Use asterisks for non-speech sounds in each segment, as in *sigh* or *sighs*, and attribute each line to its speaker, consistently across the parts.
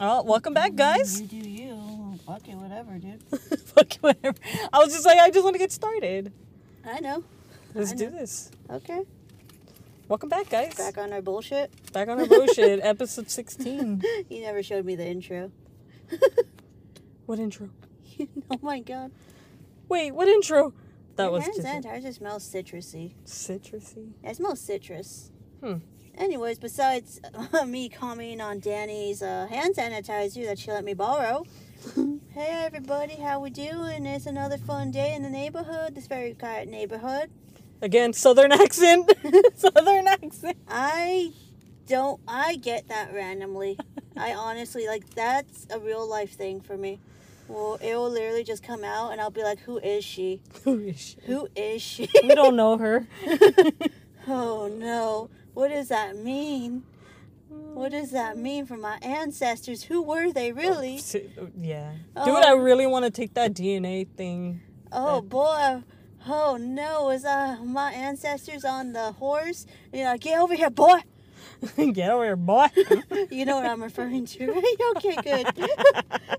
Speaker 1: Oh, welcome back, guys.
Speaker 2: You do you. Fuck it, whatever, dude.
Speaker 1: *laughs* Fuck whatever. I was just like, I just want to get started.
Speaker 2: *laughs* I know.
Speaker 1: Let's
Speaker 2: I
Speaker 1: do
Speaker 2: know.
Speaker 1: this.
Speaker 2: *laughs* Okay.
Speaker 1: Welcome back, guys.
Speaker 2: Back on our bullshit. *laughs*
Speaker 1: Back on our bullshit, episode 16.
Speaker 2: You never showed me the intro. *laughs*
Speaker 1: What intro?
Speaker 2: oh my god.
Speaker 1: Wait, what intro? That
Speaker 2: Your
Speaker 1: was
Speaker 2: hands
Speaker 1: just
Speaker 2: and ours just smells citrusy.
Speaker 1: citrusy.
Speaker 2: It smells citrus.
Speaker 1: Hmm.
Speaker 2: Anyways, besides *laughs* me commenting on Danny's uh, hand sanitizer that she let
Speaker 1: *laughs*
Speaker 2: me borrow, hey everybody, how we doing? It's another fun day in the neighborhood, this very quiet neighborhood.
Speaker 1: Again, southern accent. *laughs* southern accent.
Speaker 2: I don't. I get that
Speaker 1: *laughs*
Speaker 2: randomly. I honestly like that's a real life thing for me. Well, it will literally just come out, and I'll be like, "Who is she?
Speaker 1: Who is she?
Speaker 2: Who is she?"
Speaker 1: We don't know her.
Speaker 2: *laughs*
Speaker 1: *laughs*
Speaker 2: oh no! What does that mean? What does that mean for my ancestors? Who were they really?
Speaker 1: Si- Yeah. Dude,
Speaker 2: Oh.
Speaker 1: I really want to take that DNA thing. *laughs*
Speaker 2: Oh boy! Oh no! Is uh my ancestors on the horse? You know, get over
Speaker 1: *laughs*
Speaker 2: here, boy! *laughs*
Speaker 1: Get over here, boy.
Speaker 2: You know what I'm referring to, *laughs* right? Okay, good.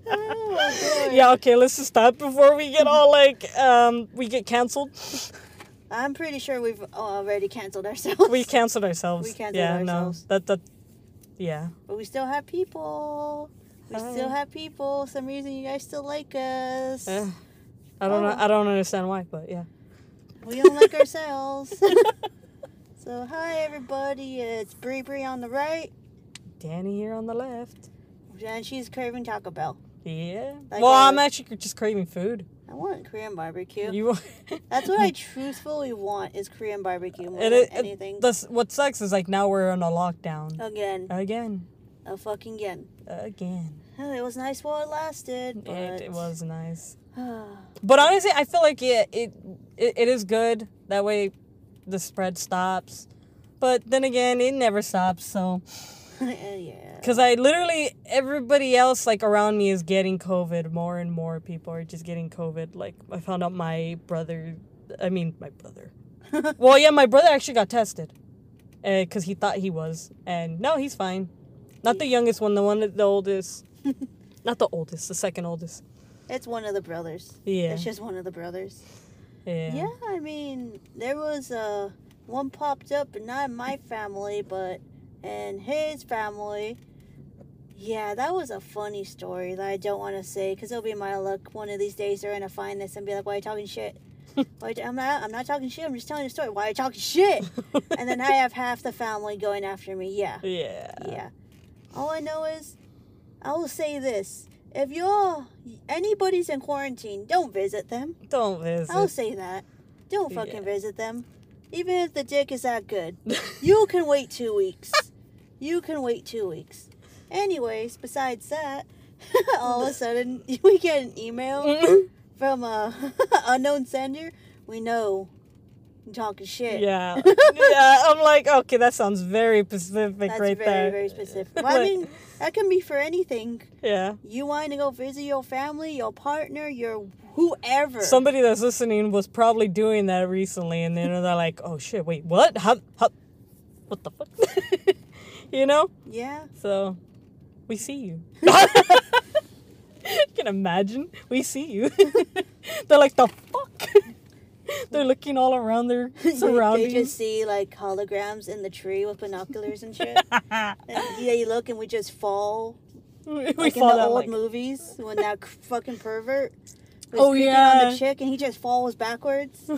Speaker 2: oh, boy.
Speaker 1: yeah, okay, let's just stop before we get all like, um, we get canceled.
Speaker 2: I'm pretty sure we've already canceled ourselves. *laughs*
Speaker 1: We canceled ourselves.
Speaker 2: We canceled
Speaker 1: yeah,
Speaker 2: ourselves.
Speaker 1: no. That, that, yeah.
Speaker 2: but we still have people. We still
Speaker 1: Hi.
Speaker 2: have people. Some reason you guys still like us.
Speaker 1: Eh, I don't know.
Speaker 2: Oh.
Speaker 1: I don't understand why, but
Speaker 2: *laughs*
Speaker 1: yeah.
Speaker 2: We
Speaker 1: *laughs*
Speaker 2: don't like ourselves. *laughs* so hi everybody. It's Bree Bree on the right,
Speaker 1: Danny here on the left.
Speaker 2: and she's craving Taco Bell.
Speaker 1: Yeah.
Speaker 2: Like
Speaker 1: well,
Speaker 2: I
Speaker 1: I'm
Speaker 2: was-
Speaker 1: actually just craving food.
Speaker 2: I want Korean barbecue.
Speaker 1: You. *laughs*
Speaker 2: That's what I truthfully want is Korean barbecue more
Speaker 1: It
Speaker 2: than
Speaker 1: is-
Speaker 2: anything.
Speaker 1: That's what sucks is like now we're on a lockdown
Speaker 2: again,
Speaker 1: again,
Speaker 2: a fucking again.
Speaker 1: again.
Speaker 2: It was nice while it lasted, but
Speaker 1: It, it
Speaker 2: *sighs*
Speaker 1: was nice. But honestly, I feel like yeah, it, it it is good that way. The spread stops, but then again, it never stops. So,
Speaker 2: yeah.
Speaker 1: because I literally everybody else like around me is getting COVID. More and more people are just getting COVID. Like I found out my brother. I mean, my brother. well, yeah, my brother actually got tested, because he thought he was, and no, he's fine. Not the youngest one, the one that the oldest.
Speaker 2: *laughs*
Speaker 1: Not the oldest, the second oldest.
Speaker 2: *laughs* It's one of the brothers.
Speaker 1: Yeah.
Speaker 2: It's just one of the brothers.
Speaker 1: yeah.
Speaker 2: Yeah, I mean, there was uh, one popped up, but not in my family, but in his family. Yeah, that was a funny story that I don't want to say because it'll be my luck. One of these days, they're gonna find this and be like, "Why are you talking shit?" Why you- I'm not. I'm not talking shit. I'm just telling a story. Why are you talking shit?
Speaker 1: *laughs*
Speaker 2: and then I have half the family going after me. Yeah.
Speaker 1: Yeah.
Speaker 2: Yeah. All I know is, I will say this: if you're anybody's in quarantine, don't visit them.
Speaker 1: Don't visit.
Speaker 2: I'll say that. Don't fucking
Speaker 1: Yeah.
Speaker 2: visit them, even if the dick is that good. *laughs*
Speaker 1: *laughs*
Speaker 2: You can wait two weeks. you can wait two weeks. Anyways, besides that, *laughs*
Speaker 1: *laughs*
Speaker 2: all of a sudden *laughs* we get an email from a *laughs* unknown sender. We know you're talking shit. *laughs*
Speaker 1: yeah. yeah. I'm like, okay, that sounds very specific
Speaker 2: That's
Speaker 1: right
Speaker 2: very,
Speaker 1: there. *laughs*
Speaker 2: very specific. Well, I
Speaker 1: Like,
Speaker 2: mean, that can be for anything.
Speaker 1: yeah.
Speaker 2: You want to go visit your family, your partner, your whoever.
Speaker 1: Somebody that's listening was probably doing that recently, and then they're like, oh shit, wait, what? How, how, what the fuck? *laughs* you know?
Speaker 2: yeah.
Speaker 1: So, we see you. *laughs* you can imagine. We see you. *laughs* they're like, the fuck? *laughs* they're looking all around their
Speaker 2: *laughs*
Speaker 1: *laughs*
Speaker 2: They just
Speaker 1: surroundings.
Speaker 2: see like holograms in the tree with binoculars
Speaker 1: *laughs*
Speaker 2: and shit. and they look and we just fall.
Speaker 1: we
Speaker 2: Like
Speaker 1: fall
Speaker 2: in the
Speaker 1: down,
Speaker 2: old
Speaker 1: like,
Speaker 2: movies when that c- fucking pervert was
Speaker 1: Oh,
Speaker 2: peeking on
Speaker 1: yeah.
Speaker 2: the chick and he just falls backwards.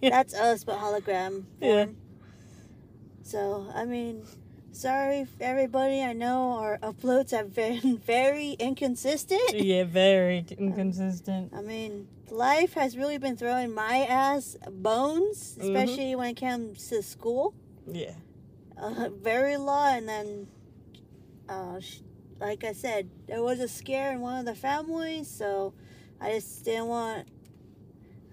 Speaker 1: yeah.
Speaker 2: That's us, but hologram.
Speaker 1: Yeah.
Speaker 2: form. So I mean, sorry f- everybody. I know our uploads have been *laughs* very
Speaker 1: *laughs*
Speaker 2: inconsistent.
Speaker 1: yeah, very inconsistent.
Speaker 2: I mean, life has really been throwing my ass
Speaker 1: Mm-hmm.
Speaker 2: bones, especially when it comes to school.
Speaker 1: Yeah.
Speaker 2: uh, very low, and then, uh, sh- like I said, there was a scare in one of the families, so I just didn't want.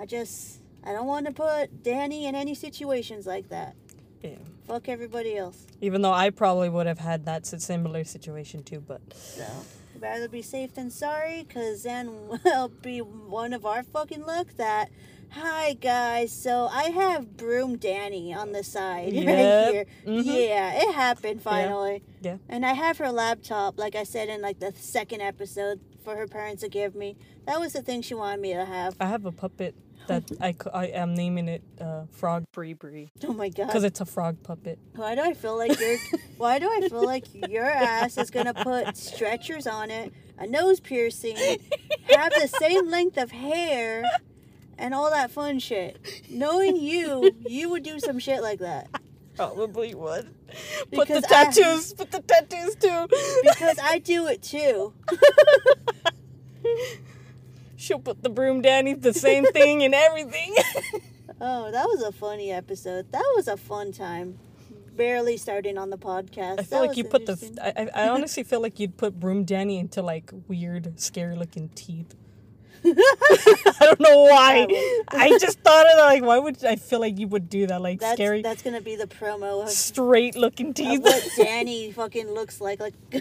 Speaker 2: I just I don't want to put Danny in any situations like that.
Speaker 1: Yeah.
Speaker 2: Fuck everybody else.
Speaker 1: Even though I probably would have had that si- similar situation too, but
Speaker 2: So rather be safe than sorry, cause then will be one of our fucking luck that. Hi guys, so I have Broom Danny on the side *laughs*
Speaker 1: Yep.
Speaker 2: right here.
Speaker 1: Mhm.
Speaker 2: Yeah, it happened finally.
Speaker 1: Yeah.
Speaker 2: And I have her laptop, like I said in like the second episode, for her parents to give me. That was the thing she wanted me to have. *laughs*
Speaker 1: I have a puppet *laughs* that I, c- I am naming it uh, Frog Bree Bree
Speaker 2: Oh my god.
Speaker 1: because it's a frog puppet.
Speaker 2: Why do I feel
Speaker 1: *laughs*
Speaker 2: like your Why do I feel like your ass is gonna put stretchers on it, a nose piercing, have the same length of hair, and all that fun shit? Knowing you, you would do some shit like that
Speaker 1: Probably would. Put the
Speaker 2: Because I-
Speaker 1: tattoos. Put the tattoos *laughs* too.
Speaker 2: because I do it too.
Speaker 1: She'll put the broom down, eat the same thing, and everything. *laughs*
Speaker 2: Oh, that was a funny episode. That was a fun time. Barely starting on the podcast.
Speaker 1: I
Speaker 2: That
Speaker 1: feel like
Speaker 2: was
Speaker 1: you put the.
Speaker 2: interesting.
Speaker 1: I, I I honestly feel like you'd put Broom Danny into like weird, scary looking
Speaker 2: *laughs*
Speaker 1: teeth. I don't know why. I just thought of that. Like, why would I feel like you would do that? Like
Speaker 2: that's,
Speaker 1: scary,
Speaker 2: That's gonna be the
Speaker 1: *laughs*
Speaker 2: promo of
Speaker 1: straight looking
Speaker 2: of
Speaker 1: teeth.
Speaker 2: what Danny fucking looks like. Like, *laughs*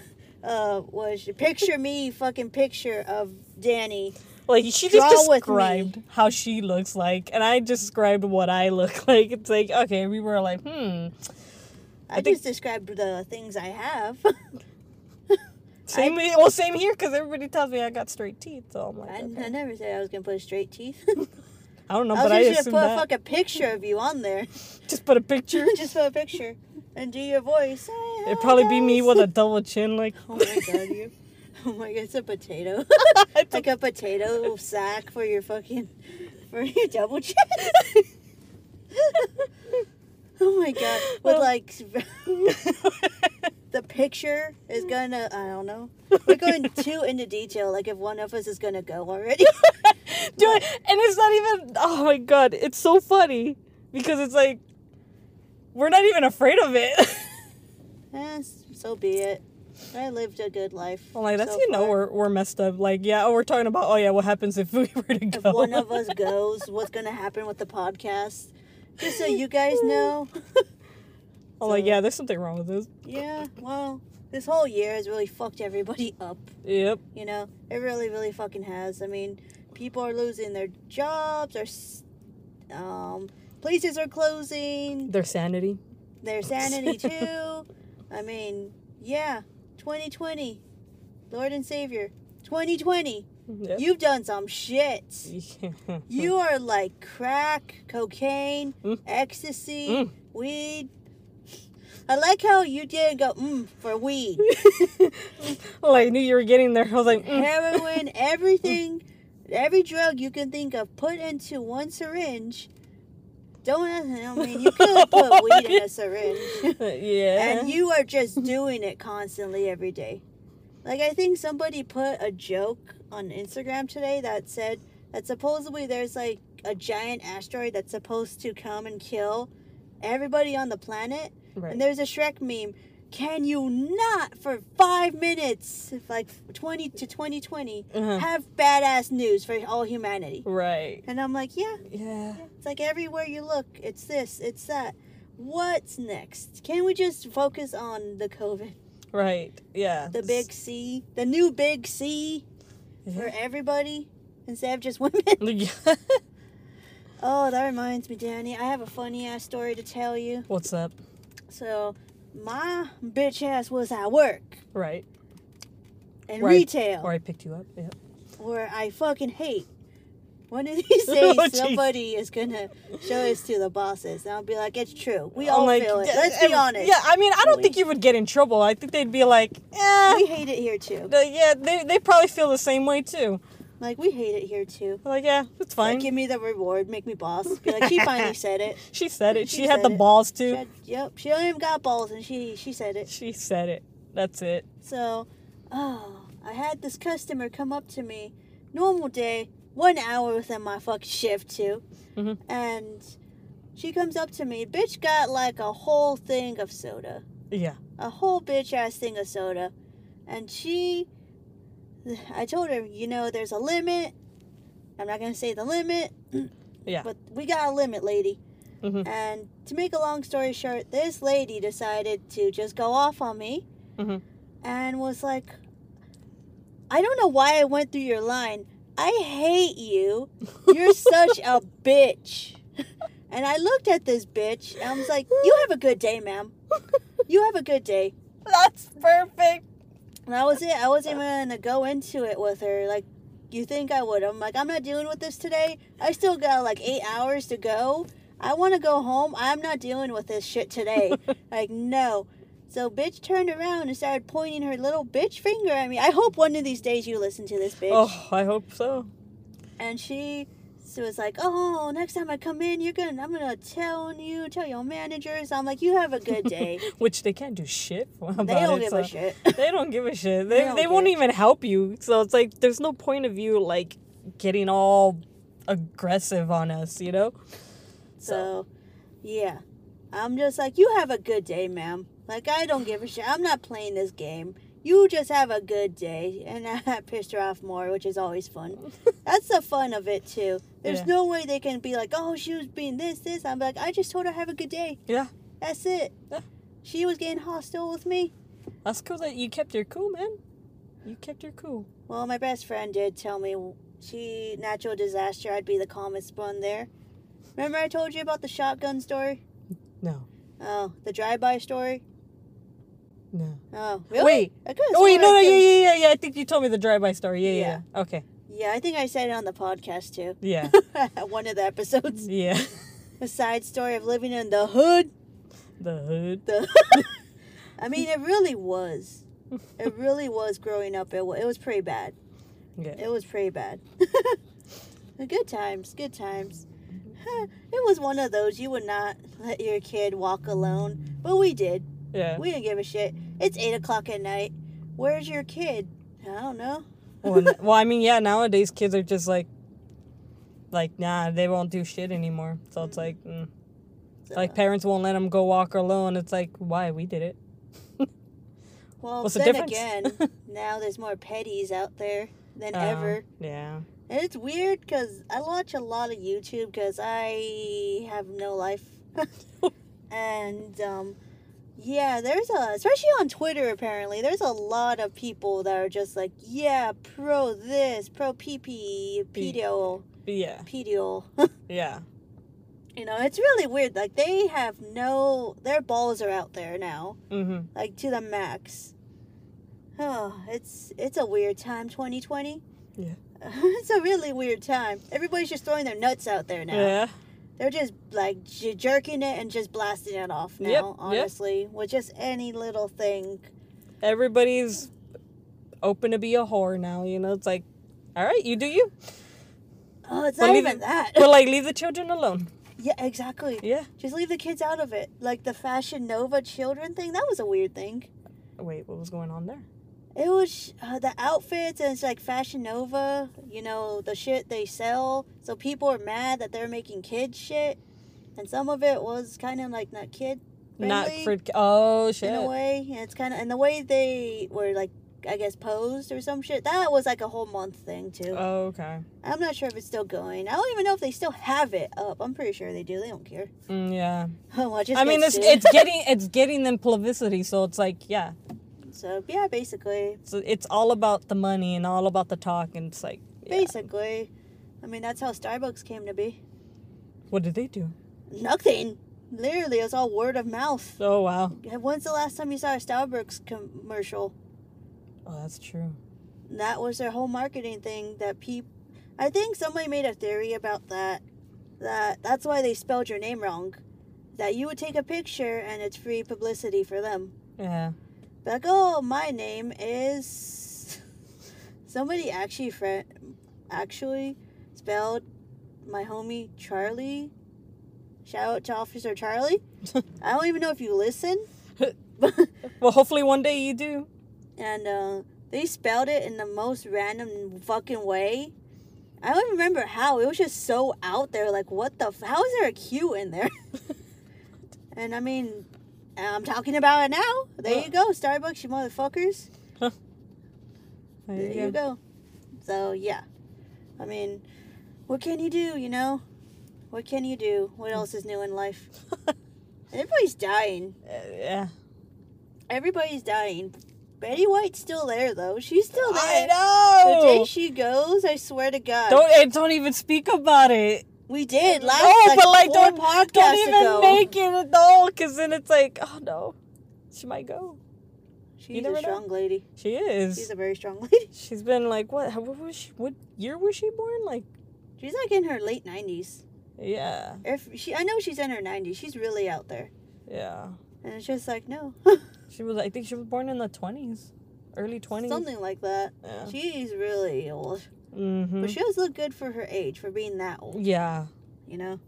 Speaker 2: uh, was picture me fucking picture of Danny.
Speaker 1: *laughs* like she
Speaker 2: Draw
Speaker 1: just
Speaker 2: with me.
Speaker 1: described how she looks like, and I described what I look *laughs* like. It's like okay, we were like, hmm.
Speaker 2: I,
Speaker 1: think-
Speaker 2: just described the things I have. *laughs*
Speaker 1: Same. well, same here because everybody tells me I got straight teeth. So I'm like,
Speaker 2: I,
Speaker 1: okay.
Speaker 2: I never said I was gonna put straight
Speaker 1: *laughs*
Speaker 2: teeth.
Speaker 1: I don't know,
Speaker 2: I was
Speaker 1: but I
Speaker 2: just gonna
Speaker 1: assume
Speaker 2: put
Speaker 1: that.
Speaker 2: a fucking picture of you on there. *laughs*
Speaker 1: Just put a picture.
Speaker 2: just put a picture and do your voice. Hey,
Speaker 1: It'd
Speaker 2: hi,
Speaker 1: probably be me
Speaker 2: guys.
Speaker 1: with a double chin, like.
Speaker 2: Oh my god, you. *laughs* Oh my god, it's
Speaker 1: *laughs*
Speaker 2: a potato.
Speaker 1: It's
Speaker 2: like a potato sack for your fucking for your double chin. *laughs* oh my god, with
Speaker 1: Well-
Speaker 2: like *laughs* the picture is gonna. I don't know.
Speaker 1: *laughs*
Speaker 2: We're going too into detail. Like if one of us is gonna go already. *laughs*
Speaker 1: Dude, and it's not even. Oh my god, it's so funny because it's like we're not even afraid of it. *laughs*
Speaker 2: Eh, so be it. I lived a good life.
Speaker 1: I'm like, that's
Speaker 2: so
Speaker 1: you know
Speaker 2: far.
Speaker 1: we're we're messed up. Like yeah, oh, we're talking about oh yeah, what happens if *laughs* we were to
Speaker 2: If
Speaker 1: go?
Speaker 2: one of us goes, what's gonna happen with the podcast? Just
Speaker 1: *laughs*
Speaker 2: so you guys know.
Speaker 1: *laughs* I'm like yeah, there's something wrong with this.
Speaker 2: Yeah, well, this whole year has really fucked everybody *laughs* up.
Speaker 1: Yep.
Speaker 2: You know, it really, really fucking has. I mean, people are losing their jobs, or s- um, places are closing,
Speaker 1: Their sanity. *laughs*
Speaker 2: their sanity too. I mean, yeah, 2020, Lord and Savior, 2020,
Speaker 1: Yep. Mm-hmm.
Speaker 2: you've done some shit.
Speaker 1: *laughs*
Speaker 2: You are like crack, cocaine,
Speaker 1: Mm.
Speaker 2: ecstasy,
Speaker 1: Mm.
Speaker 2: weed. I like how you didn't go mm, for weed.
Speaker 1: like I knew you were getting there. I was like, mm. *laughs*
Speaker 2: heroin, everything, every drug you can think of, put into one syringe. Don't ask, I mean,
Speaker 1: *laughs*
Speaker 2: you could put weed in a syringe.
Speaker 1: yeah.
Speaker 2: And you are just doing it constantly every day. Like, I think somebody put a joke on Instagram today that said that supposedly there's like a giant asteroid that's supposed to come and kill everybody on the planet.
Speaker 1: Right.
Speaker 2: And there's a Shrek meme. Can you not, for five minutes, like 20 to 2020,
Speaker 1: Uh-huh.
Speaker 2: have badass news for all humanity?
Speaker 1: right.
Speaker 2: And I'm like, yeah.
Speaker 1: Yeah.
Speaker 2: It's like everywhere you look, it's this, it's that. What's next? Can we just focus on the COVID?
Speaker 1: Right. Yeah.
Speaker 2: The big C? The new big C for
Speaker 1: *laughs*
Speaker 2: everybody instead of just *laughs* women? Oh, that reminds me, Danny. I have a funny ass story to tell you.
Speaker 1: What's up?
Speaker 2: So, my bitch ass was at work
Speaker 1: Right.
Speaker 2: in
Speaker 1: Where I-
Speaker 2: retail.
Speaker 1: Or I picked you up. Yeah.
Speaker 2: where I fucking hate. *laughs* One of these
Speaker 1: *laughs*
Speaker 2: days,
Speaker 1: Oh, jeez.
Speaker 2: somebody is gonna show this to the bosses, and I'll be like, "It's true. We
Speaker 1: I'm
Speaker 2: all
Speaker 1: like,
Speaker 2: feel it.
Speaker 1: yeah,
Speaker 2: Let's
Speaker 1: Oh
Speaker 2: be
Speaker 1: and-
Speaker 2: honest.
Speaker 1: Yeah, I mean, I don't
Speaker 2: We-
Speaker 1: think you would get in trouble. I think they'd be like, eh,
Speaker 2: We hate it here too.
Speaker 1: th- yeah, they, they probably feel the same way too.
Speaker 2: Like we hate it here too.
Speaker 1: Like, yeah, it's fine.
Speaker 2: Like, give me the reward. Make me boss. Be like, she finally
Speaker 1: *laughs*
Speaker 2: said it.
Speaker 1: she said it. She,
Speaker 2: she
Speaker 1: had
Speaker 2: said
Speaker 1: the
Speaker 2: it.
Speaker 1: balls
Speaker 2: She
Speaker 1: to.
Speaker 2: had- yep. She only got balls, and she she said it.
Speaker 1: She said it. That's it.
Speaker 2: So, oh, I had this customer come up to me, normal day, one hour within my fucking shift too,
Speaker 1: Mhm.
Speaker 2: and she comes up to me. Bitch got like a whole thing of soda,
Speaker 1: Yeah.
Speaker 2: a whole bitch ass thing of soda, and she, I told her, you know, there's a limit. I'm not gonna say the limit.
Speaker 1: Yeah.
Speaker 2: But we got a limit, lady.
Speaker 1: Mhm.
Speaker 2: And to make a long story short, this lady decided to just go off on me
Speaker 1: Mhm.
Speaker 2: and was like, I don't know why I went through your line. I hate you.
Speaker 1: *laughs*
Speaker 2: You're such a bitch. And I looked at this bitch and I was like, You have a good day, ma'am. You have a good day.
Speaker 1: That's perfect.
Speaker 2: And that was it. I wasn't even gonna go into it with her. Like, you think I would? I'm like, I'm not dealing with this today. I still got like eight hours to go. I want to go home. I'm not dealing with this shit
Speaker 1: *laughs*
Speaker 2: today. like, no. So, bitch turned around and started pointing her little bitch finger at me. I hope one of these days you listen to this bitch.
Speaker 1: Oh, I hope so.
Speaker 2: And she, she was like, "Oh, next time I come in, you're gonna, I'm gonna tell you, tell your managers." I'm like, "You have a good day."
Speaker 1: Which they can't do shit *laughs* about
Speaker 2: they don't
Speaker 1: it,
Speaker 2: give
Speaker 1: so-
Speaker 2: a shit.
Speaker 1: *laughs* They don't give a shit.
Speaker 2: They
Speaker 1: They,
Speaker 2: don't
Speaker 1: they, won't
Speaker 2: care.
Speaker 1: even help you. So it's like there's no point of you like getting all aggressive on us, you know?
Speaker 2: So, yeah. I'm just like, you have a good day, ma'am. Like, I don't give a shit. I'm not playing this game. You just have a good day. And *laughs* I pissed her off more, which is always
Speaker 1: *laughs*
Speaker 2: fun. That's the fun of it, too. There's
Speaker 1: Yeah.
Speaker 2: no way they can be like, oh, she was being this, this. I'm like, I just told her, have a good day.
Speaker 1: Yeah.
Speaker 2: That's it.
Speaker 1: Yeah.
Speaker 2: She was getting hostile with me.
Speaker 1: That's cool that you kept your cool, man. You kept your cool.
Speaker 2: Well, my best friend did tell me she, natural disaster, I'd be the calmest one there. Remember I told you about the shotgun story?
Speaker 1: No.
Speaker 2: Oh, the drive-by story?
Speaker 1: No.
Speaker 2: Oh, really?
Speaker 1: Wait.
Speaker 2: I could've
Speaker 1: Oh, wait,
Speaker 2: sworn
Speaker 1: no,
Speaker 2: I
Speaker 1: no, yeah,
Speaker 2: could've-
Speaker 1: yeah, yeah, yeah. I think you told me the drive-by story. Yeah, yeah, yeah. Okay.
Speaker 2: Yeah, I think I said it on the podcast too.
Speaker 1: *laughs* Yeah.
Speaker 2: *laughs*
Speaker 1: Mm.
Speaker 2: One of the episodes.
Speaker 1: yeah. *laughs*
Speaker 2: A side story of living in the hood. *laughs*
Speaker 1: The hood. *laughs*
Speaker 2: The I mean, it really was. It really was growing up. It, wa- it was pretty bad.
Speaker 1: Yeah.
Speaker 2: It was pretty bad. *laughs* good times, good times. it was one of those you would not let your kid walk alone, but we did.
Speaker 1: Yeah.
Speaker 2: We didn't give a shit. It's 8 o'clock at night. Where's your kid? I don't know.
Speaker 1: well,
Speaker 2: *laughs*
Speaker 1: n- well, I mean, yeah, nowadays kids are just like, like, nah, they won't do shit anymore. So it's like, mm. like parents won't let them go walk alone. It's like, why? We did it.
Speaker 2: Well,
Speaker 1: What's the
Speaker 2: then
Speaker 1: difference?
Speaker 2: again,
Speaker 1: *laughs*
Speaker 2: now there's more petties out there than
Speaker 1: Oh,
Speaker 2: ever.
Speaker 1: Yeah.
Speaker 2: And it's weird because I watch a lot of YouTube because I have no life. *laughs* and um, yeah, there's a, especially on Twitter apparently, there's a lot of people that are just like, yeah, pro this, pro pee pee,
Speaker 1: Pe-
Speaker 2: pedo,
Speaker 1: Yeah.
Speaker 2: pedo.
Speaker 1: Yeah.
Speaker 2: *laughs* you know, it's really weird. Like, they have no, their balls are out there now
Speaker 1: Mm-hmm.
Speaker 2: like to the max. Oh, it's it's a weird time, 2020.
Speaker 1: Yeah.
Speaker 2: *laughs* it's a really weird time. Everybody's just throwing their nuts out there now.
Speaker 1: Yeah.
Speaker 2: They're just like j- jerking it and just blasting it off now.
Speaker 1: Yep, yep.
Speaker 2: honestly, with just any little thing.
Speaker 1: Everybody's open to be a whore now. You know, it's like, all right, you do you,
Speaker 2: Oh, it's
Speaker 1: But
Speaker 2: not
Speaker 1: leave-
Speaker 2: even that.
Speaker 1: but like, leave the children alone.
Speaker 2: *laughs* yeah, exactly.
Speaker 1: Yeah.
Speaker 2: Just leave the kids out of it. Like the Fashion Nova children thing. That was a weird thing.
Speaker 1: Wait, what was going on there?
Speaker 2: It was uh, the outfits and it's like Fashion Nova, you know, the shit they sell. So people are mad that they're making kid shit. And some of it was kind of like not kid
Speaker 1: Not
Speaker 2: Friendly?
Speaker 1: for. Oh shit.
Speaker 2: in a way. And it's kind of, and the way they were like, I guess posed or some shit. That was like a whole month thing too.
Speaker 1: Oh, okay.
Speaker 2: I'm not sure if it's still going. I don't even know if they still have it up. I'm pretty sure they do. They don't care. *laughs*
Speaker 1: Mm, yeah.
Speaker 2: Watch us
Speaker 1: I mean,
Speaker 2: get
Speaker 1: it's,
Speaker 2: sued.
Speaker 1: it's
Speaker 2: *laughs*
Speaker 1: getting it's getting them publicity, so it's like, yeah,
Speaker 2: so yeah, basically,
Speaker 1: So it's all about the money and all about the talk, and it's like, yeah.
Speaker 2: basically, I mean that's how Starbucks came to be.
Speaker 1: what did they do?
Speaker 2: Nothing. Literally, it's all word of mouth.
Speaker 1: Oh wow,
Speaker 2: When's the last time you saw a Starbucks commercial?
Speaker 1: oh that's true.
Speaker 2: That was their whole marketing thing. That peop, I think somebody made a theory about that. That that's why they spelled your name wrong. That you would take a picture and it's free publicity for them.
Speaker 1: Yeah,
Speaker 2: Be Like, oh, my name is. *laughs* Somebody actually friend, actually spelled my homie Charlie. Shout out to Officer Charlie. I don't even know if you listen,
Speaker 1: well, hopefully one day you do.
Speaker 2: and uh, they spelled it in the most random fucking way. I don't remember how. It was just so out there. Like, what the? F- how is there a Q in there? *laughs* and I mean, I'm talking about it now. There
Speaker 1: *gasps*
Speaker 2: you go, Starbucks, you motherfuckers.
Speaker 1: There
Speaker 2: There
Speaker 1: you go.
Speaker 2: you go. So yeah, I mean, what can you do? You know, What can you do? What else is new in life?
Speaker 1: *laughs*
Speaker 2: Everybody's dying.
Speaker 1: Uh, yeah.
Speaker 2: Everybody's dying. Betty White's still there though. She's still
Speaker 1: I
Speaker 2: there.
Speaker 1: know.
Speaker 2: The day she goes, I swear to God,
Speaker 1: Oh. don't and don't even speak about it.
Speaker 2: we did last
Speaker 1: No,
Speaker 2: like,
Speaker 1: but, like,
Speaker 2: four
Speaker 1: don't-
Speaker 2: podcasts
Speaker 1: Don't even
Speaker 2: ago.
Speaker 1: make it at all, because then it's like, oh no, she might go.
Speaker 2: She's
Speaker 1: never
Speaker 2: a
Speaker 1: know.
Speaker 2: strong lady.
Speaker 1: She is.
Speaker 2: She's a very strong *laughs* lady.
Speaker 1: She's been like what? What was she? What year was she born? Like
Speaker 2: She's like in her late nineties.
Speaker 1: yeah,
Speaker 2: If she, I know she's in her nineties. She's really out there,
Speaker 1: yeah.
Speaker 2: and it's just like no, *laughs*
Speaker 1: She was. I think she was born in the twenties, early twenties.
Speaker 2: something like that.
Speaker 1: Yeah.
Speaker 2: She's really old,
Speaker 1: Mm-hmm.
Speaker 2: but she does look good for her age for being that old.
Speaker 1: Yeah,
Speaker 2: You know,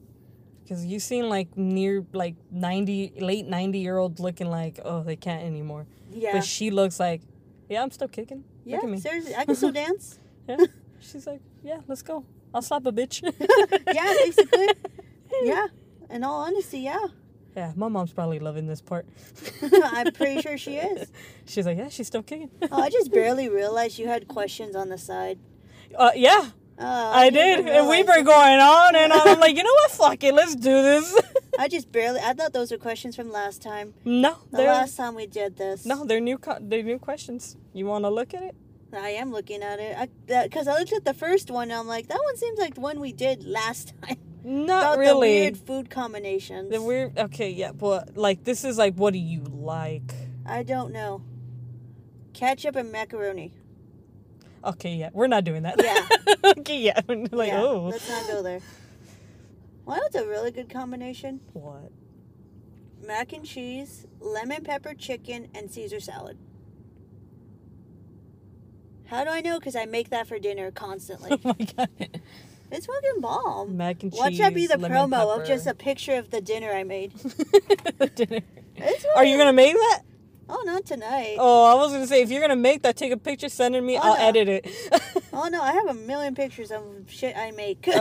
Speaker 1: because you seen like near like ninety, late ninety year olds looking like oh they can't anymore,
Speaker 2: yeah,
Speaker 1: but she looks like yeah I'm still kicking.
Speaker 2: yeah.
Speaker 1: at me.
Speaker 2: Seriously, I can
Speaker 1: *laughs*
Speaker 2: still dance.
Speaker 1: She's like yeah let's go. I'll slap a bitch.
Speaker 2: *laughs* Yeah, basically. Yeah, in all honesty, yeah.
Speaker 1: *laughs* Yeah, my mom's probably loving this part.
Speaker 2: *laughs* I'm pretty sure she is.
Speaker 1: *laughs* She's like, yeah, she's still kicking.
Speaker 2: Oh, I
Speaker 1: *laughs*
Speaker 2: just barely realized you had questions on the side.
Speaker 1: Uh, yeah,
Speaker 2: Oh,
Speaker 1: I,
Speaker 2: didn't
Speaker 1: did,
Speaker 2: even
Speaker 1: and we
Speaker 2: realize
Speaker 1: were going on and
Speaker 2: *laughs*
Speaker 1: on. I'm like, you know what? Fuck it, let's do this. *laughs*
Speaker 2: it. I just barely. I thought those were questions from last time.
Speaker 1: no,
Speaker 2: The
Speaker 1: they're
Speaker 2: last time we did this.
Speaker 1: no, they're new. Co- they're new questions. You want to look at it?
Speaker 2: I am looking at it. I because I looked at the first one. and I'm like, that one seems like the one we did last *laughs* time.
Speaker 1: Not
Speaker 2: About The
Speaker 1: really.
Speaker 2: weird food combinations.
Speaker 1: The weird- Okay, yeah, but like this is like, what do you like?
Speaker 2: I don't know. Ketchup and macaroni.
Speaker 1: Okay, yeah, we're not doing that. *laughs*
Speaker 2: Yeah.
Speaker 1: okay, yeah. like,
Speaker 2: yeah,
Speaker 1: oh,
Speaker 2: Let's not go there. Well, that's a really good combination.
Speaker 1: what? *laughs*
Speaker 2: mac and cheese, lemon pepper chicken, and Caesar salad. How do I know? Because I make that for dinner constantly.
Speaker 1: Oh *laughs* my god.
Speaker 2: it's fucking bomb.
Speaker 1: Mac and cheese.
Speaker 2: Watch that be the
Speaker 1: lemon
Speaker 2: promo of just a picture of the dinner
Speaker 1: *laughs*
Speaker 2: I made.
Speaker 1: pepper. Dinner.
Speaker 2: It's
Speaker 1: Are you
Speaker 2: fucking-
Speaker 1: gonna make that?
Speaker 2: Oh, not tonight. Oh.
Speaker 1: Oh, I was gonna say if you're gonna make that, take a picture, send it to me. I'll
Speaker 2: no.
Speaker 1: edit it.
Speaker 2: *laughs* Oh, no, I have a million pictures of shit I make. *laughs* Watch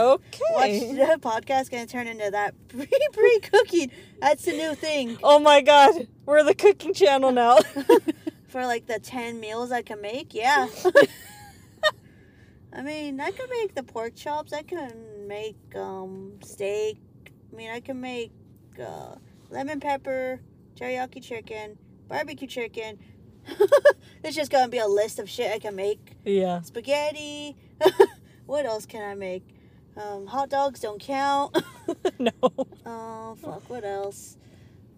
Speaker 1: okay.
Speaker 2: *laughs* the podcast gonna turn into that *laughs* pre pre cooking. That's the new thing
Speaker 1: Oh my God, we're the cooking channel
Speaker 2: *laughs*
Speaker 1: now.
Speaker 2: for like the ten meals I can make. Yeah. *laughs* I mean, I can make the pork chops. I can make um, steak. I mean, I can make uh, lemon pepper, teriyaki chicken, barbecue chicken. *laughs* it's just gonna be a list of shit I can make.
Speaker 1: yeah. *laughs*
Speaker 2: Spaghetti. *laughs* what else can I make? Um, hot dogs don't count. *laughs*
Speaker 1: no.
Speaker 2: Oh fuck! What else?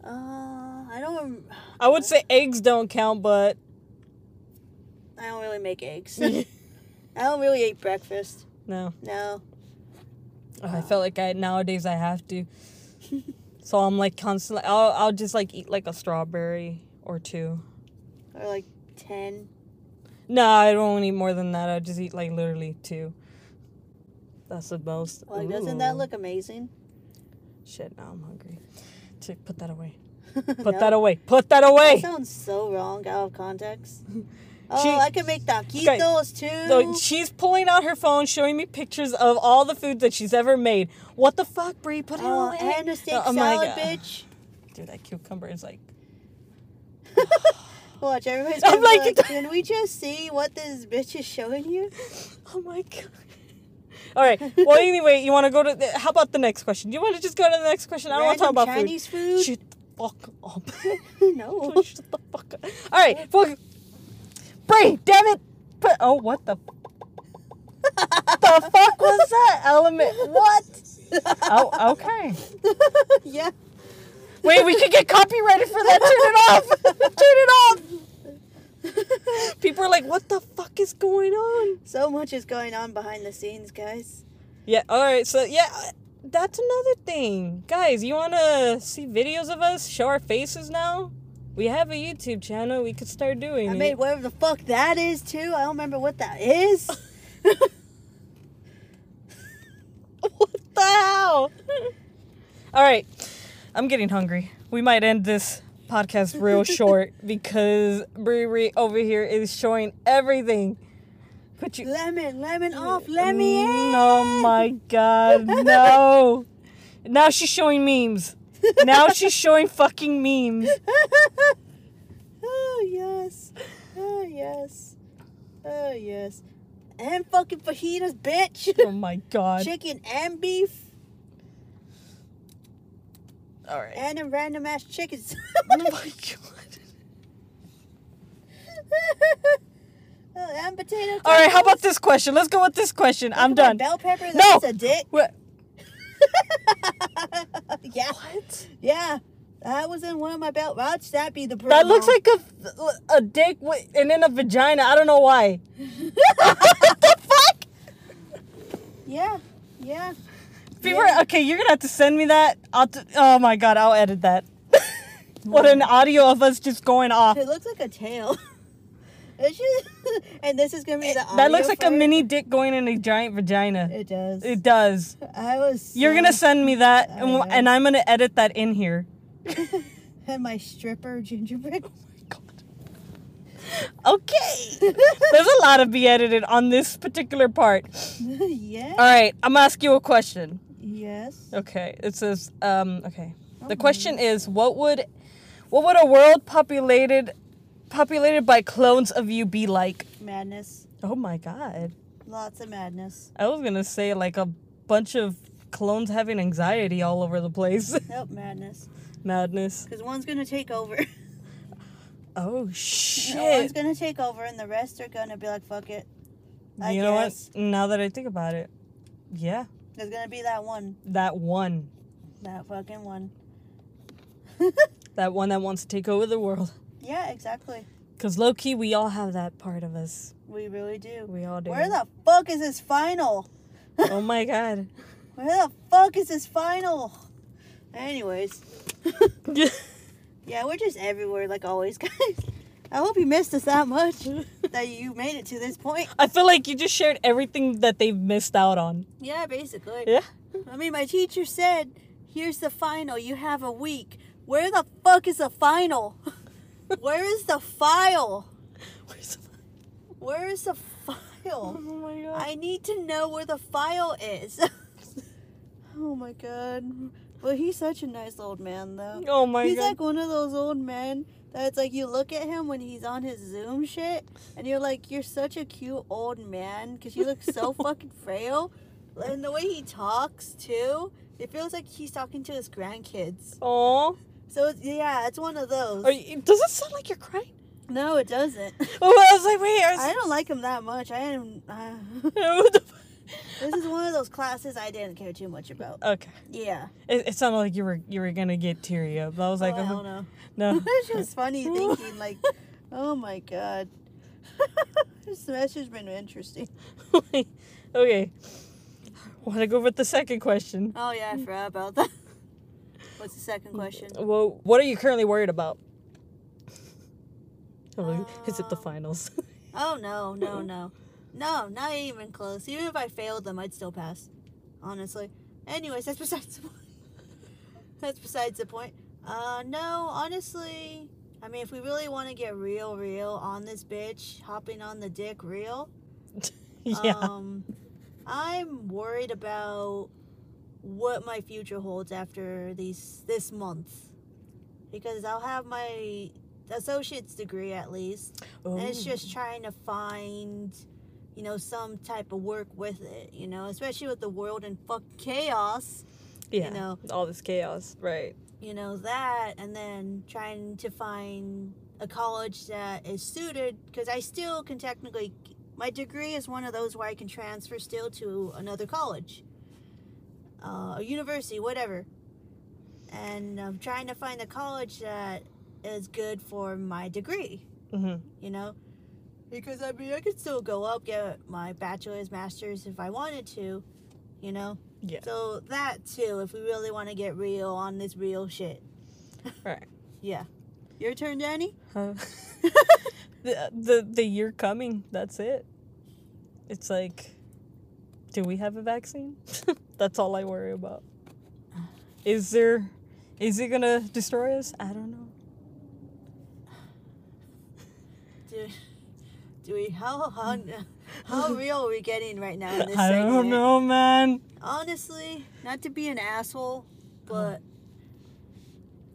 Speaker 2: Uh, I don't. rem-
Speaker 1: I would say eggs don't count, but
Speaker 2: I don't really
Speaker 1: *laughs*
Speaker 2: make eggs. I don't really eat breakfast.
Speaker 1: no.
Speaker 2: No. Oh.
Speaker 1: I felt like I nowadays I have to. so I'm like constantly. I'll I'll just like eat like a strawberry or two.
Speaker 2: Or like ten.
Speaker 1: No, I don't eat more than that. I just eat like literally two. That's the most.
Speaker 2: Like, doesn't that
Speaker 1: Ooh.
Speaker 2: look amazing? *laughs*
Speaker 1: Shit! Now I'm hungry. To put that away.
Speaker 2: Put
Speaker 1: Put that away. Put that away.
Speaker 2: That sounds so wrong out of
Speaker 1: *laughs*
Speaker 2: context. Oh,
Speaker 1: She-
Speaker 2: I can make taquitos too.
Speaker 1: So she's pulling out her phone, showing me pictures of all the food that she's ever made. What the fuck, Brie? Put it
Speaker 2: oh,
Speaker 1: away.
Speaker 2: and a steak
Speaker 1: Oh, my
Speaker 2: salad,
Speaker 1: God.
Speaker 2: bitch.
Speaker 1: Dude, that cucumber is like.
Speaker 2: Watch, everybody's
Speaker 1: *laughs* I'm
Speaker 2: gonna be
Speaker 1: like-
Speaker 2: like, can we just see what this bitch is showing you? *laughs*
Speaker 1: Oh my god. *laughs* All right. Well, anyway, you want to go to? The, how about the next question? You want to just go to the next question? I don't want to talk
Speaker 2: Random
Speaker 1: about
Speaker 2: Chinese
Speaker 1: food.
Speaker 2: food.
Speaker 1: Shut the fuck up. *laughs*
Speaker 2: no.
Speaker 1: Shut the fuck up. All right. Fuck. Brie, damn it. Put, oh, what the. the fuck was that element? What? Oh, okay.
Speaker 2: yeah.
Speaker 1: Wait, we could get copyrighted for that. Turn it off. Turn it off. People are like, what the fuck is going on?
Speaker 2: So much is going on behind the scenes, guys.
Speaker 1: Yeah, all right. So, yeah, that's another thing. Guys, you want to see videos of us? Show our faces now? We have a YouTube channel. We could start doing
Speaker 2: I
Speaker 1: it.
Speaker 2: made whatever the fuck that is too. I don't remember what that is.
Speaker 1: *laughs* what the hell? *laughs* all right. I'm getting hungry. We might end this podcast real
Speaker 2: *laughs*
Speaker 1: short because Bree over here is showing everything. Could you
Speaker 2: lemon, lemon off, let me in.
Speaker 1: Oh my
Speaker 2: *laughs*
Speaker 1: god, no. now she's showing memes. Now she's showing fucking memes.
Speaker 2: oh yes, oh yes, oh yes,
Speaker 1: *laughs*
Speaker 2: and fucking fajitas, bitch.
Speaker 1: Oh my god.
Speaker 2: Chicken and beef.
Speaker 1: All right. *laughs*
Speaker 2: and a random ass *laughs* chickens.
Speaker 1: oh my god.
Speaker 2: Oh, and potato.
Speaker 1: All right. How
Speaker 2: tacos.
Speaker 1: about this question? Let's go with this question. I'm
Speaker 2: Look at Oh my
Speaker 1: done.
Speaker 2: Bell pepper.
Speaker 1: No.
Speaker 2: That's a dick. Uh,
Speaker 1: What?
Speaker 2: yeah,
Speaker 1: What?
Speaker 2: yeah. That was in one of my belt. Why'd that be the promo?
Speaker 1: That looks like a a dick wi- and then a vagina. I don't know
Speaker 2: *laughs*
Speaker 1: why.
Speaker 2: Yeah, yeah.
Speaker 1: People are- okay, you're gonna have to send me that. I'll t- oh my god, I'll edit
Speaker 2: *laughs*
Speaker 1: that. what an audio of us just going off.
Speaker 2: It looks like a tail. *laughs* It's just, *laughs* and this is gonna be the.
Speaker 1: That looks
Speaker 2: audio
Speaker 1: like
Speaker 2: for
Speaker 1: a
Speaker 2: it.
Speaker 1: mini dick going in a giant vagina.
Speaker 2: It does.
Speaker 1: It does.
Speaker 2: I was.
Speaker 1: You're gonna
Speaker 2: so-
Speaker 1: send me that, and, w-
Speaker 2: Sorry.
Speaker 1: and I'm gonna edit that in here.
Speaker 2: *laughs* And my
Speaker 1: *laughs*
Speaker 2: stripper gingerbread. *laughs*
Speaker 1: Okay. There's a lot to be edited on this particular part.
Speaker 2: yeah.
Speaker 1: All right, I'm gonna ask you a question.
Speaker 2: yes.
Speaker 1: Okay, it says, um, okay. The
Speaker 2: Oh.
Speaker 1: question is, what would, what would a world populated, populated by clones of you be like?
Speaker 2: Madness.
Speaker 1: Oh my god.
Speaker 2: Lots of madness.
Speaker 1: I was gonna say like a bunch of clones having anxiety all over the place. *laughs*
Speaker 2: Nope, madness.
Speaker 1: Madness.
Speaker 2: Because one's gonna take over. *laughs*
Speaker 1: Oh
Speaker 2: One's
Speaker 1: shit.
Speaker 2: gonna take over, and the rest are gonna be like, "Fuck it." I
Speaker 1: you know
Speaker 2: guess
Speaker 1: what? Now that I think about it, yeah,
Speaker 2: there's gonna be that one,
Speaker 1: that one,
Speaker 2: that fucking one. *laughs*
Speaker 1: that one that wants to take over the world.
Speaker 2: Yeah, exactly.
Speaker 1: Cause low key, we all have that part of us.
Speaker 2: We really do.
Speaker 1: We all do.
Speaker 2: Where the fuck is this final?
Speaker 1: oh my
Speaker 2: *laughs*
Speaker 1: god. *laughs*
Speaker 2: Where the fuck is this final? Anyways, yeah, we're just everywhere like always, *laughs* guys. I hope you missed us that
Speaker 1: *laughs*
Speaker 2: much that you made it to this point.
Speaker 1: I feel like you just shared everything that they've missed out on.
Speaker 2: Yeah, basically.
Speaker 1: Yeah.
Speaker 2: I mean, my teacher said, "Here's the final. You have a week." Where the fuck is the final? *laughs* Where is the file?
Speaker 1: Where's the-
Speaker 2: Where is the
Speaker 1: Oh
Speaker 2: file?
Speaker 1: my god.
Speaker 2: I need to know where the file is. *laughs* oh my god. Well, he's such a nice old man, though.
Speaker 1: oh my
Speaker 2: he's
Speaker 1: god.
Speaker 2: like one of those old men that it's like you look at him when he's on his Zoom shit, and you're like, you're such a cute old man because you look so *laughs* fucking frail. And the way he talks, too, it feels like he's talking to his grandkids.
Speaker 1: Aw.
Speaker 2: So, it's, yeah, it's one of those.
Speaker 1: Are you, does it sound like you're crying?
Speaker 2: no, it doesn't.
Speaker 1: Oh, I was like, wait, I was
Speaker 2: I don't like him that much. I am. Uh, *laughs*
Speaker 1: *laughs* What the fu-
Speaker 2: This is one of those classes I didn't care too much about.
Speaker 1: okay.
Speaker 2: Yeah.
Speaker 1: It, it sounded like you were you were gonna get teary up. I was like,
Speaker 2: oh, I
Speaker 1: uh-huh.
Speaker 2: don't know.
Speaker 1: no.
Speaker 2: *laughs* it's just *laughs* funny thinking like, oh my god. *laughs* this semester's been interesting. *laughs*
Speaker 1: *laughs* okay. Want to go with the second question?
Speaker 2: Oh *laughs* yeah, I forgot about that. What's the second question?
Speaker 1: Well, what are you currently worried about? *laughs* Hello. is it the
Speaker 2: Um,
Speaker 1: finals? *laughs*
Speaker 2: Oh no, no, no. No, not even close. Even if I failed them, I'd still pass. Honestly. Anyways, that's besides the point. *laughs* that's besides the point. Uh no, honestly, I mean if we really want to get real real on this bitch, hopping on the dick real,
Speaker 1: *laughs* yeah.
Speaker 2: Um, I'm worried about what my future holds after these this month, because I'll have my associate's degree at least,
Speaker 1: Oh.
Speaker 2: and it's just trying to find, you know, some type of work with it. You know, especially with the world in fuck chaos
Speaker 1: yeah.
Speaker 2: know.
Speaker 1: all this chaos, right?
Speaker 2: you know that and then trying to find a college that is suited because i still can technically my degree is one of those where i can transfer still to another college uh, a university whatever and i'm trying to find a college that is good for my degree
Speaker 1: hmm
Speaker 2: you know because i mean i could still go up get my bachelor's master's if i wanted to you know
Speaker 1: Yeah.
Speaker 2: so that too if we really want to get real on this real shit
Speaker 1: Right.
Speaker 2: yeah your turn danny *laughs*
Speaker 1: Huh. the, the the year coming. That's it. It's like, do we have a vaccine? *laughs* that's all I worry about. Is there, is it gonna destroy us? I don't know.
Speaker 2: do, do we how how how
Speaker 1: *laughs*
Speaker 2: real are we getting right now in *laughs* this
Speaker 1: I
Speaker 2: segment?
Speaker 1: don't know, man.
Speaker 2: honestly not to be an asshole
Speaker 1: Uh-huh.
Speaker 2: but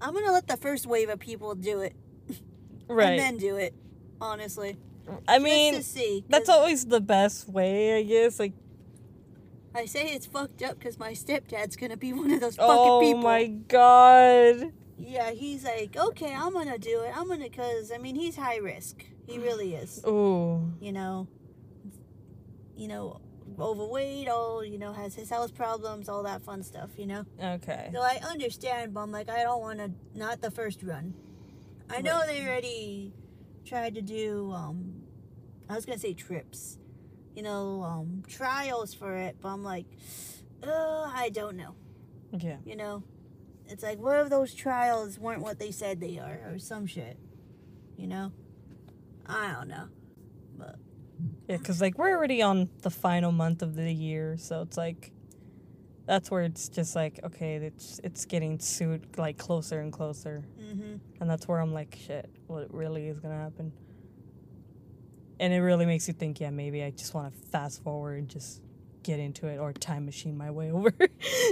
Speaker 2: i'm gonna let the first wave of people do it and
Speaker 1: Right.
Speaker 2: then do it honestly
Speaker 1: I
Speaker 2: Just
Speaker 1: mean,
Speaker 2: to see
Speaker 1: that's
Speaker 2: 'cause
Speaker 1: always the best way, I guess. Like,
Speaker 2: i I say it's fucked up because my stepdad's gonna be *laughs* one of those fucking
Speaker 1: oh
Speaker 2: people.
Speaker 1: my god.
Speaker 2: Yeah, he's like, okay, I'm gonna do it. I'm gonna, cause I mean, he's high risk. He really is.
Speaker 1: Ooh.
Speaker 2: You know, you know, overweight. All you know, has his health problems, all that fun stuff. You know.
Speaker 1: Okay.
Speaker 2: So I understand, but I'm like, I don't want to. Not the first run. I know
Speaker 1: Right.
Speaker 2: they already tried to do. um I was gonna say trips. You know, um trials for it, but I'm like, uh, I don't know.
Speaker 1: Yeah.
Speaker 2: You know, it's like, what if those trials weren't what they said they are, or some shit? You know, I don't know.
Speaker 1: Yeah, because like we're already on the final month of the year, so it's like that's where it's just like okay, it's it's getting suit like closer and closer,
Speaker 2: Mm-hmm.
Speaker 1: and that's where I'm like shit, what really is gonna happen? And it really makes you think, yeah, maybe I just want to fast forward and just get into it or time machine my way *laughs* over,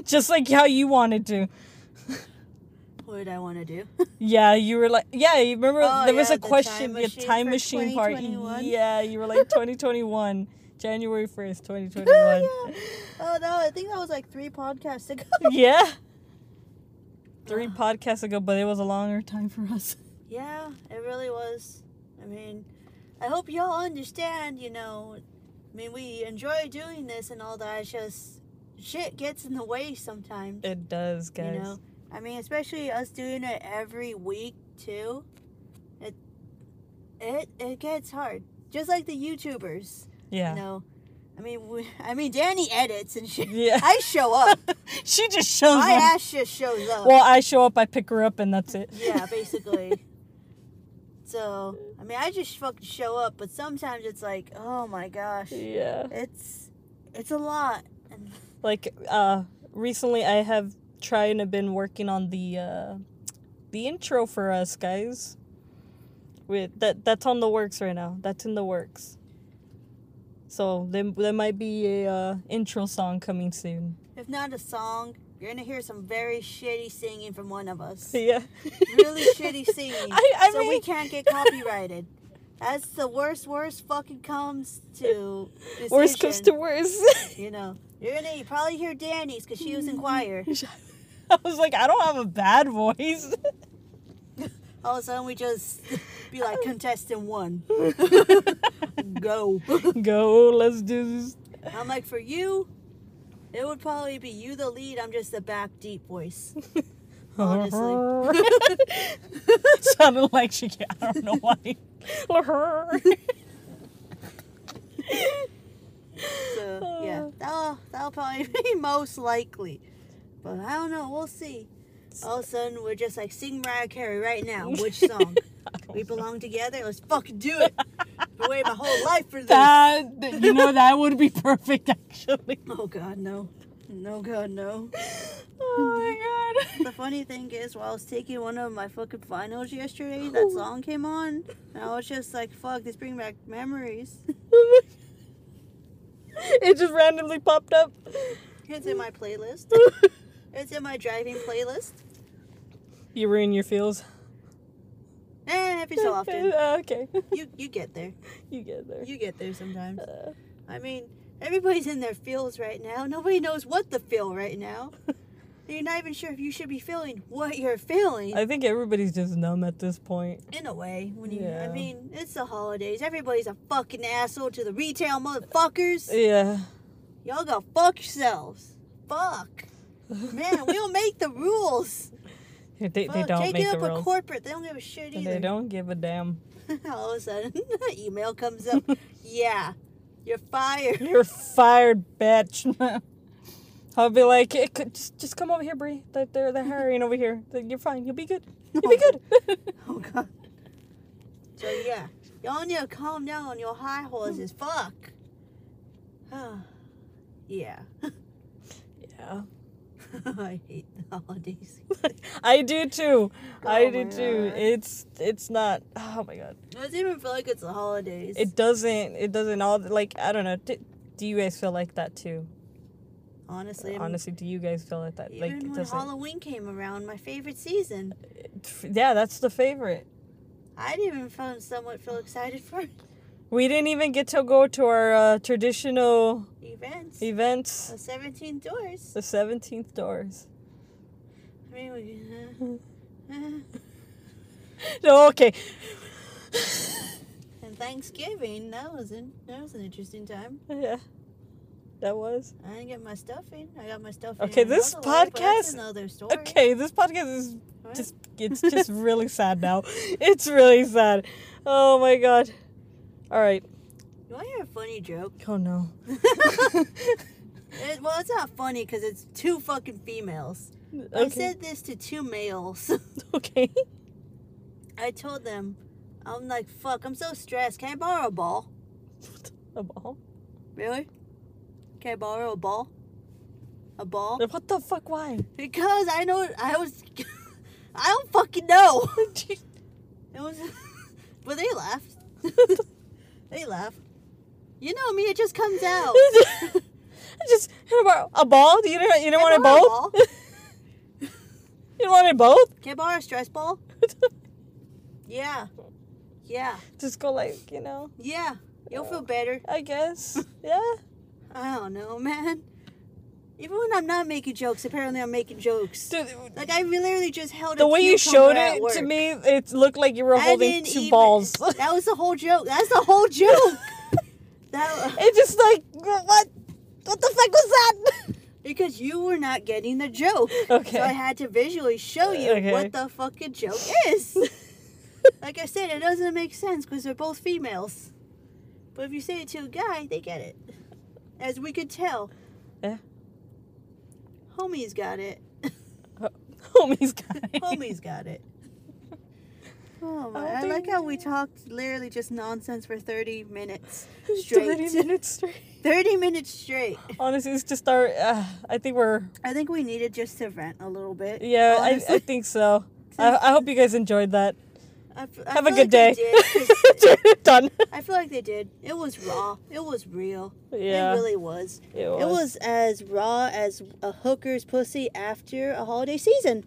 Speaker 1: just like how you wanted to.
Speaker 2: What did I want to do? *laughs*
Speaker 1: Yeah, you were like, yeah, you remember
Speaker 2: Oh,
Speaker 1: there was
Speaker 2: yeah,
Speaker 1: a
Speaker 2: the time
Speaker 1: question, the
Speaker 2: machine
Speaker 1: time
Speaker 2: for
Speaker 1: machine part.
Speaker 2: 2021.
Speaker 1: Yeah, you were like 2021, January 1st,
Speaker 2: *laughs*
Speaker 1: 2021.
Speaker 2: Oh, yeah. Oh no, I think that was like three podcasts *laughs* ago.
Speaker 1: yeah. Three podcasts ago, but it was a longer time for us.
Speaker 2: Yeah, it really was. I mean, I hope y'all understand, you know. I mean, we enjoy doing this and all that. It's just shit gets in the way sometimes.
Speaker 1: It does, guys.
Speaker 2: You know, I mean, especially us doing it every week too. It it it gets hard. Just like the YouTubers,
Speaker 1: yeah.
Speaker 2: you know. I mean, we, I mean, Danny edits and shit.
Speaker 1: *laughs* Yeah.
Speaker 2: I show up.
Speaker 1: *laughs* she just shows *laughs*
Speaker 2: My
Speaker 1: up.
Speaker 2: ass just shows up.
Speaker 1: well, I show up, I pick her up, and that's it. *laughs*
Speaker 2: Yeah, basically. so, I mean, I just fucking show up, but sometimes it's like, oh my gosh,
Speaker 1: yeah.
Speaker 2: it's it's a lot. And
Speaker 1: Like, uh, recently I have tried and have been working on the, uh, the intro for us, guys. With that, that's on the works right now. That's in the works. So there, there might be a uh, intro song coming soon. *laughs*
Speaker 2: if not a song, you're gonna hear some very shitty singing from one
Speaker 1: *laughs*
Speaker 2: of us.
Speaker 1: Yeah.
Speaker 2: Really shitty singing.
Speaker 1: I, I
Speaker 2: so
Speaker 1: mean,
Speaker 2: we
Speaker 1: *laughs*
Speaker 2: can't get copyrighted. That's the worst. Worst fucking comes to
Speaker 1: *laughs* Worst comes to
Speaker 2: decision,
Speaker 1: worst.
Speaker 2: You know, you're gonna probably hear Danny's because
Speaker 1: *laughs*
Speaker 2: she was in choir.
Speaker 1: I was like, I don't have a bad *laughs* voice.
Speaker 2: All of a sudden, we just be like contestant one. Go.
Speaker 1: Go, let's do this.
Speaker 2: I'm like, for you, it would probably be you the lead. I'm just the back deep voice. Honestly.
Speaker 1: *laughs* Sounded like she can't. I don't know why. *laughs*
Speaker 2: So yeah, that'll that'll probably *laughs* be most likely. But I don't know. We'll see. All of a sudden, we're just like sing Mariah Carey right now. Which song? we belong together. Let's fucking do it. I waited my whole life for
Speaker 1: *laughs*
Speaker 2: this.
Speaker 1: that, that- you know, that would be perfect, actually.
Speaker 2: Oh God, no. No God, no.
Speaker 1: Oh my
Speaker 2: The funny thing is, while I was taking one of my fucking finals yesterday, that song came on, and I was just like, "Fuck, this bring back memories."
Speaker 1: *laughs* It just randomly popped up.
Speaker 2: It's in my playlist. It's in my driving playlist.
Speaker 1: you were in your feels.
Speaker 2: Eh,
Speaker 1: *laughs*
Speaker 2: every so often.
Speaker 1: Uh, okay.
Speaker 2: You you get there.
Speaker 1: You get there.
Speaker 2: You get there sometimes.
Speaker 1: Uh,
Speaker 2: I mean, everybody's in their feels right now. Nobody knows what to feel
Speaker 1: *laughs*
Speaker 2: right now. You're not even sure if you should be feeling what you're feeling.
Speaker 1: I think everybody's just numb at this point.
Speaker 2: in a way, when you, I
Speaker 1: Yeah.
Speaker 2: mean, it's the holidays. Everybody's a fucking asshole to the retail motherfuckers.
Speaker 1: Yeah.
Speaker 2: Y'all go fuck yourselves. Fuck. Man, we don't make the rules.
Speaker 1: *laughs* They, *laughs* they
Speaker 2: Fuck,
Speaker 1: don't
Speaker 2: Take
Speaker 1: make
Speaker 2: it
Speaker 1: the
Speaker 2: up with
Speaker 1: rules.
Speaker 2: corporate. They don't give a shit either.
Speaker 1: They don't give a damn.
Speaker 2: *laughs* All of a sudden, *laughs* email comes up. yeah, you're
Speaker 1: *laughs*
Speaker 2: fired. *laughs*
Speaker 1: You're fired, bitch. *laughs* I'll be like, "It could- just, just come over here, Brie. That they're they're hiring over here. That You're fine. You'll be good. You'll be good.
Speaker 2: *laughs* Oh god. So yeah, y'all need to calm down on your high horses.
Speaker 1: Hmm.
Speaker 2: Fuck. *sighs* yeah, *laughs*
Speaker 1: yeah,
Speaker 2: I hate the holidays.
Speaker 1: *laughs* I do too. I
Speaker 2: Oh
Speaker 1: do
Speaker 2: my
Speaker 1: too.
Speaker 2: God.
Speaker 1: It's it's not. Oh my god.
Speaker 2: It doesn't even feel like it's the holidays.
Speaker 1: It doesn't. It doesn't. All like I don't know. Do, do you guys feel like that too?
Speaker 2: honestly, I'm-
Speaker 1: Honestly, do you guys feel like that?
Speaker 2: even
Speaker 1: Like it
Speaker 2: when
Speaker 1: doesn't.
Speaker 2: Halloween came around, my favorite season,
Speaker 1: Yeah, that's the favorite.
Speaker 2: I didn't even feel somewhat feel excited for *laughs* it.
Speaker 1: We didn't even get to go to our uh, traditional
Speaker 2: Events.
Speaker 1: events.
Speaker 2: The 17 doors.
Speaker 1: The 17th doors. *laughs*
Speaker 2: I mean, we, *laughs* uh, uh,
Speaker 1: No, okay. *laughs*
Speaker 2: and Thanksgiving. That was an that was an interesting time.
Speaker 1: Yeah. That was.
Speaker 2: I didn't get my stuffing. I got my stuffing.
Speaker 1: Okay,
Speaker 2: in
Speaker 1: this
Speaker 2: another way, but that's
Speaker 1: podcast-
Speaker 2: another story.
Speaker 1: Okay, this podcast is
Speaker 2: What?
Speaker 1: just it's *laughs* just really sad now. It's really sad. Oh my god. All right.
Speaker 2: You want to hear a funny joke?
Speaker 1: Oh *laughs* no.
Speaker 2: It- well, it's not funny because it's two fucking females. I
Speaker 1: Okay.
Speaker 2: said this to two males.
Speaker 1: *laughs*
Speaker 2: *laughs*
Speaker 1: okay. *laughs*
Speaker 2: I told them, I'm like, fuck, I'm so stressed. Can I borrow a ball?
Speaker 1: A ball?
Speaker 2: Really? Can I borrow a ball? A ball?
Speaker 1: What the fuck? *laughs* Why?
Speaker 2: Because I know I was. *laughs* I don't fucking know. *laughs* It was, *laughs* but they laughed. *laughs* they laughed. You know me. It just comes
Speaker 1: *laughs*
Speaker 2: out.
Speaker 1: I Oh. just can I borrow a ball? Do you don't you don't
Speaker 2: Can I
Speaker 1: want it
Speaker 2: borrow a
Speaker 1: both? *laughs* you don't want it both? *laughs*
Speaker 2: Can I borrow a stress ball? Yeah, yeah,
Speaker 1: just go like you know.
Speaker 2: yeah. You'll feel better.
Speaker 1: I
Speaker 2: *laughs*
Speaker 1: guess. Yeah.
Speaker 2: I don't know, man. Even when I'm not making jokes, apparently I'm making jokes.
Speaker 1: Dude,
Speaker 2: Like I literally just held.
Speaker 1: the
Speaker 2: a
Speaker 1: way you
Speaker 2: cucumber
Speaker 1: showed
Speaker 2: at
Speaker 1: it to
Speaker 2: work.
Speaker 1: me, it looked like you were
Speaker 2: I
Speaker 1: holding
Speaker 2: didn't
Speaker 1: two
Speaker 2: even-
Speaker 1: balls.
Speaker 2: *laughs*
Speaker 1: *laughs*
Speaker 2: That was the whole joke. That's the whole joke. that
Speaker 1: It's just like what? What the fuck was
Speaker 2: *laughs* because you were not getting the joke.
Speaker 1: that? Okay.
Speaker 2: So I had to visually show you
Speaker 1: Okay.
Speaker 2: what the fucking joke
Speaker 1: *laughs*
Speaker 2: is. like I said, it doesn't make sense because they're both females. But if you say it to a guy, they get it. As we could tell. Eh.
Speaker 1: Yeah.
Speaker 2: Homie's got it. *laughs*
Speaker 1: Homie's guy.
Speaker 2: Homie's got
Speaker 1: *laughs*
Speaker 2: it. Oh
Speaker 1: Oh,
Speaker 2: my, I like
Speaker 1: dear.
Speaker 2: how we talked literally just nonsense for 30 minutes
Speaker 1: *laughs* Thirty
Speaker 2: straight.
Speaker 1: minutes straight.
Speaker 2: 30 minutes straight.
Speaker 1: Honestly, it's just our. Uh, I think we're.
Speaker 2: I think we needed just to vent a little bit.
Speaker 1: Yeah, I, I
Speaker 2: honestly.
Speaker 1: think so. I, I hope you guys enjoyed that.
Speaker 2: I f- I
Speaker 1: Have a
Speaker 2: feel
Speaker 1: good day.
Speaker 2: like they
Speaker 1: *laughs*
Speaker 2: did 'cause
Speaker 1: Done.
Speaker 2: I feel like they did. It was raw. It was real.
Speaker 1: Yeah.
Speaker 2: It really was.
Speaker 1: It
Speaker 2: It was as raw as a hooker's pussy after a holiday season.